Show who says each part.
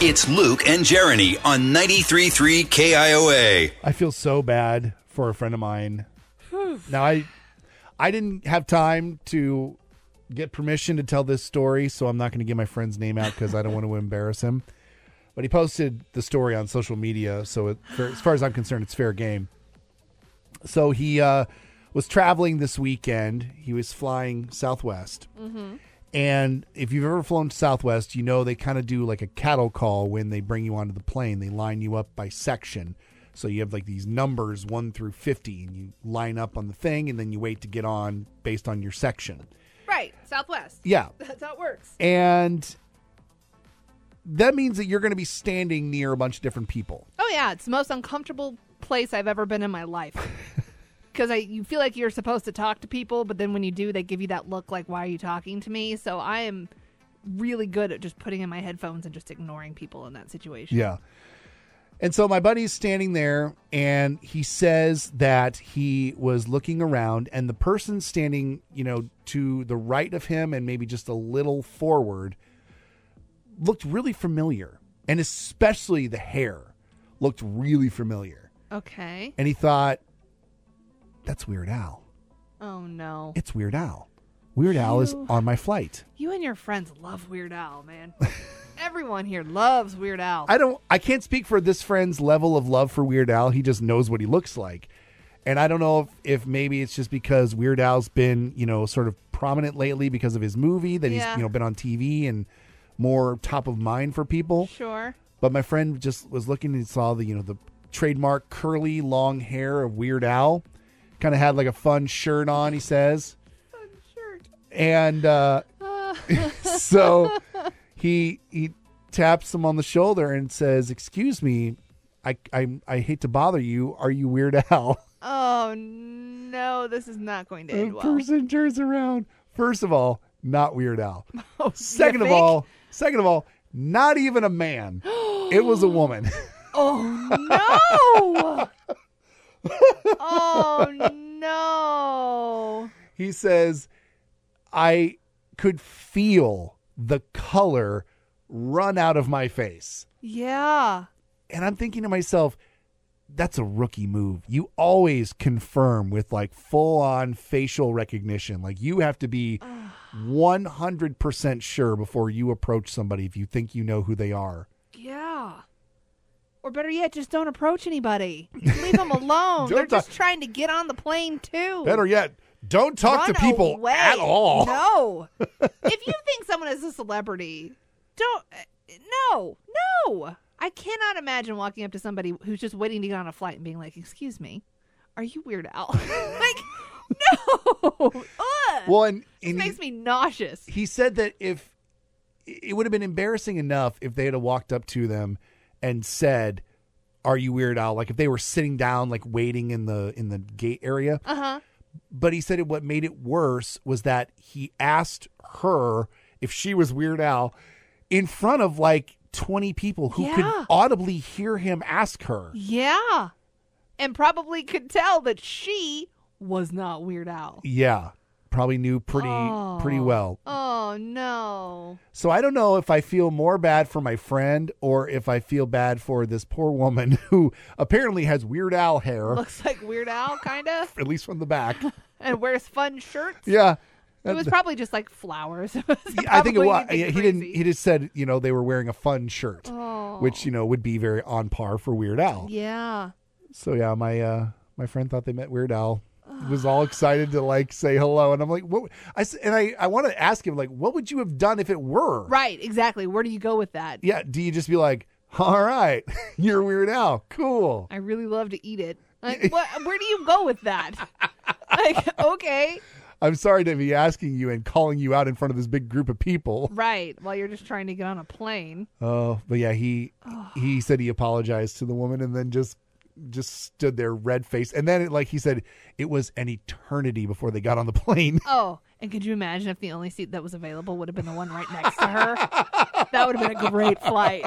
Speaker 1: It's Luke and Jeremy on 93.3 KIOA.
Speaker 2: I feel so bad for a friend of mine. now I I didn't have time to get permission to tell this story, so I'm not going to give my friend's name out because I don't want to embarrass him. But he posted the story on social media, so it, for, as far as I'm concerned, it's fair game. So he uh, was traveling this weekend. He was flying Southwest. And if you've ever flown Southwest, you know they kind of do like a cattle call when they bring you onto the plane. They line you up by section. So you have like these numbers 1 through 50 and you line up on the thing and then you wait to get on based on your section.
Speaker 3: Right, Southwest.
Speaker 2: Yeah.
Speaker 3: That's how it works.
Speaker 2: And that means that you're going to be standing near a bunch of different people.
Speaker 3: Oh yeah, it's the most uncomfortable place I've ever been in my life. Because I, you feel like you're supposed to talk to people, but then when you do, they give you that look like, "Why are you talking to me?" So I am really good at just putting in my headphones and just ignoring people in that situation.
Speaker 2: Yeah. And so my buddy's standing there and he says that he was looking around and the person standing, you know, to the right of him and maybe just a little forward looked really familiar. And especially the hair looked really familiar.
Speaker 3: Okay.
Speaker 2: And he thought, that's Weird Al.
Speaker 3: Oh no,
Speaker 2: It's Weird Al. Weird Al is
Speaker 3: You-
Speaker 2: on my flight.
Speaker 3: you and your friends love Weird Al, man. Everyone here loves Weird Al.
Speaker 2: I don't I can't speak for this friend's level of love for Weird Al. He just knows what he looks like. And I don't know if, if maybe it's just because Weird Al's been, you know, sort of prominent lately because of his movie that
Speaker 3: Yeah.
Speaker 2: he's, you know, been on TV and more top of mind for people.
Speaker 3: sure.
Speaker 2: But my friend just was looking and saw the, you know, the trademark curly long hair of Weird Al. Kind of had like a fun shirt on, he says.
Speaker 3: Sure.
Speaker 2: And uh, so he he taps him on the shoulder and says, "Excuse me, I I, I hate to bother you. Are you Weird Al?"
Speaker 3: Oh no, this is not going to end
Speaker 2: the
Speaker 3: well.
Speaker 2: person turns around. First of all, not Weird Al.
Speaker 3: Oh, you
Speaker 2: Second of
Speaker 3: think?
Speaker 2: all, second of all, not even a man. It was a woman.
Speaker 3: Oh no! oh no!
Speaker 2: he says, "I could feel the color run out of my face."
Speaker 3: Yeah.
Speaker 2: and I'm thinking to myself, that's a rookie move. You always confirm with like full on facial recognition. Like you have to be 100% sure before you approach somebody if you think you know who they are.
Speaker 3: Yeah. Or better yet, just don't approach anybody. Leave them alone.
Speaker 2: Don't
Speaker 3: They're just
Speaker 2: talk-
Speaker 3: trying to get on the plane too.
Speaker 2: Better yet, don't talk
Speaker 3: Run
Speaker 2: to people
Speaker 3: away.
Speaker 2: at all.
Speaker 3: No. if you think someone is a celebrity, don't. uh, No, no. I cannot imagine walking up to somebody who's just waiting to get on a flight and being like, "Excuse me, are you Weird Al?" like, no. Ugh.
Speaker 2: Well, and,
Speaker 3: This
Speaker 2: and he,
Speaker 3: makes me nauseous.
Speaker 2: he said that if it would have been embarrassing enough if they had walked up to them and said, are you weird Al? Like if they were sitting down, like waiting in the in the gate area,
Speaker 3: Uh huh.
Speaker 2: but he said it, what made it worse was that he asked her if she was Weird Al in front of like 20 people who
Speaker 3: Yeah.
Speaker 2: could audibly hear him ask her.
Speaker 3: Yeah. And probably could tell that she was not Weird Al.
Speaker 2: Yeah, probably knew pretty
Speaker 3: Oh.
Speaker 2: pretty well.
Speaker 3: Oh no.
Speaker 2: So I don't know if I feel more bad for my friend or if I feel bad for this poor woman who apparently has Weird Al hair
Speaker 3: Looks like Weird Al, kind of,
Speaker 2: at least from the back.
Speaker 3: and wears fun shirts.
Speaker 2: yeah.
Speaker 3: It was probably just like flowers. It was
Speaker 2: I think it
Speaker 3: probably
Speaker 2: was.
Speaker 3: nothing
Speaker 2: he didn't.
Speaker 3: crazy.
Speaker 2: He just said, you know, they were wearing a fun shirt, which you know would be very on par for Weird Al.
Speaker 3: Yeah.
Speaker 2: So Oh. yeah, my uh my friend thought they met Weird Al. Was all excited to like say hello, and I'm like, what? I s- and I I want to ask him like, what would you have done if it were?
Speaker 3: Right. Exactly. Where do you go with that?
Speaker 2: Yeah. Do you just be like, all right, you're Weird Al, cool.
Speaker 3: I really love to eat it. Like, what, where do you go with that? like, okay,
Speaker 2: I'm sorry to be asking you and calling you out in front of this big group of people.
Speaker 3: right. While you're just trying to get on a plane.
Speaker 2: Oh, but yeah, he he said he apologized to the woman and then just just stood there red faced. And then it, like he said, it was an eternity before they got on the plane.
Speaker 3: Oh, and could you imagine if the only seat that was available would have been the one right next to her? that would have been a great flight.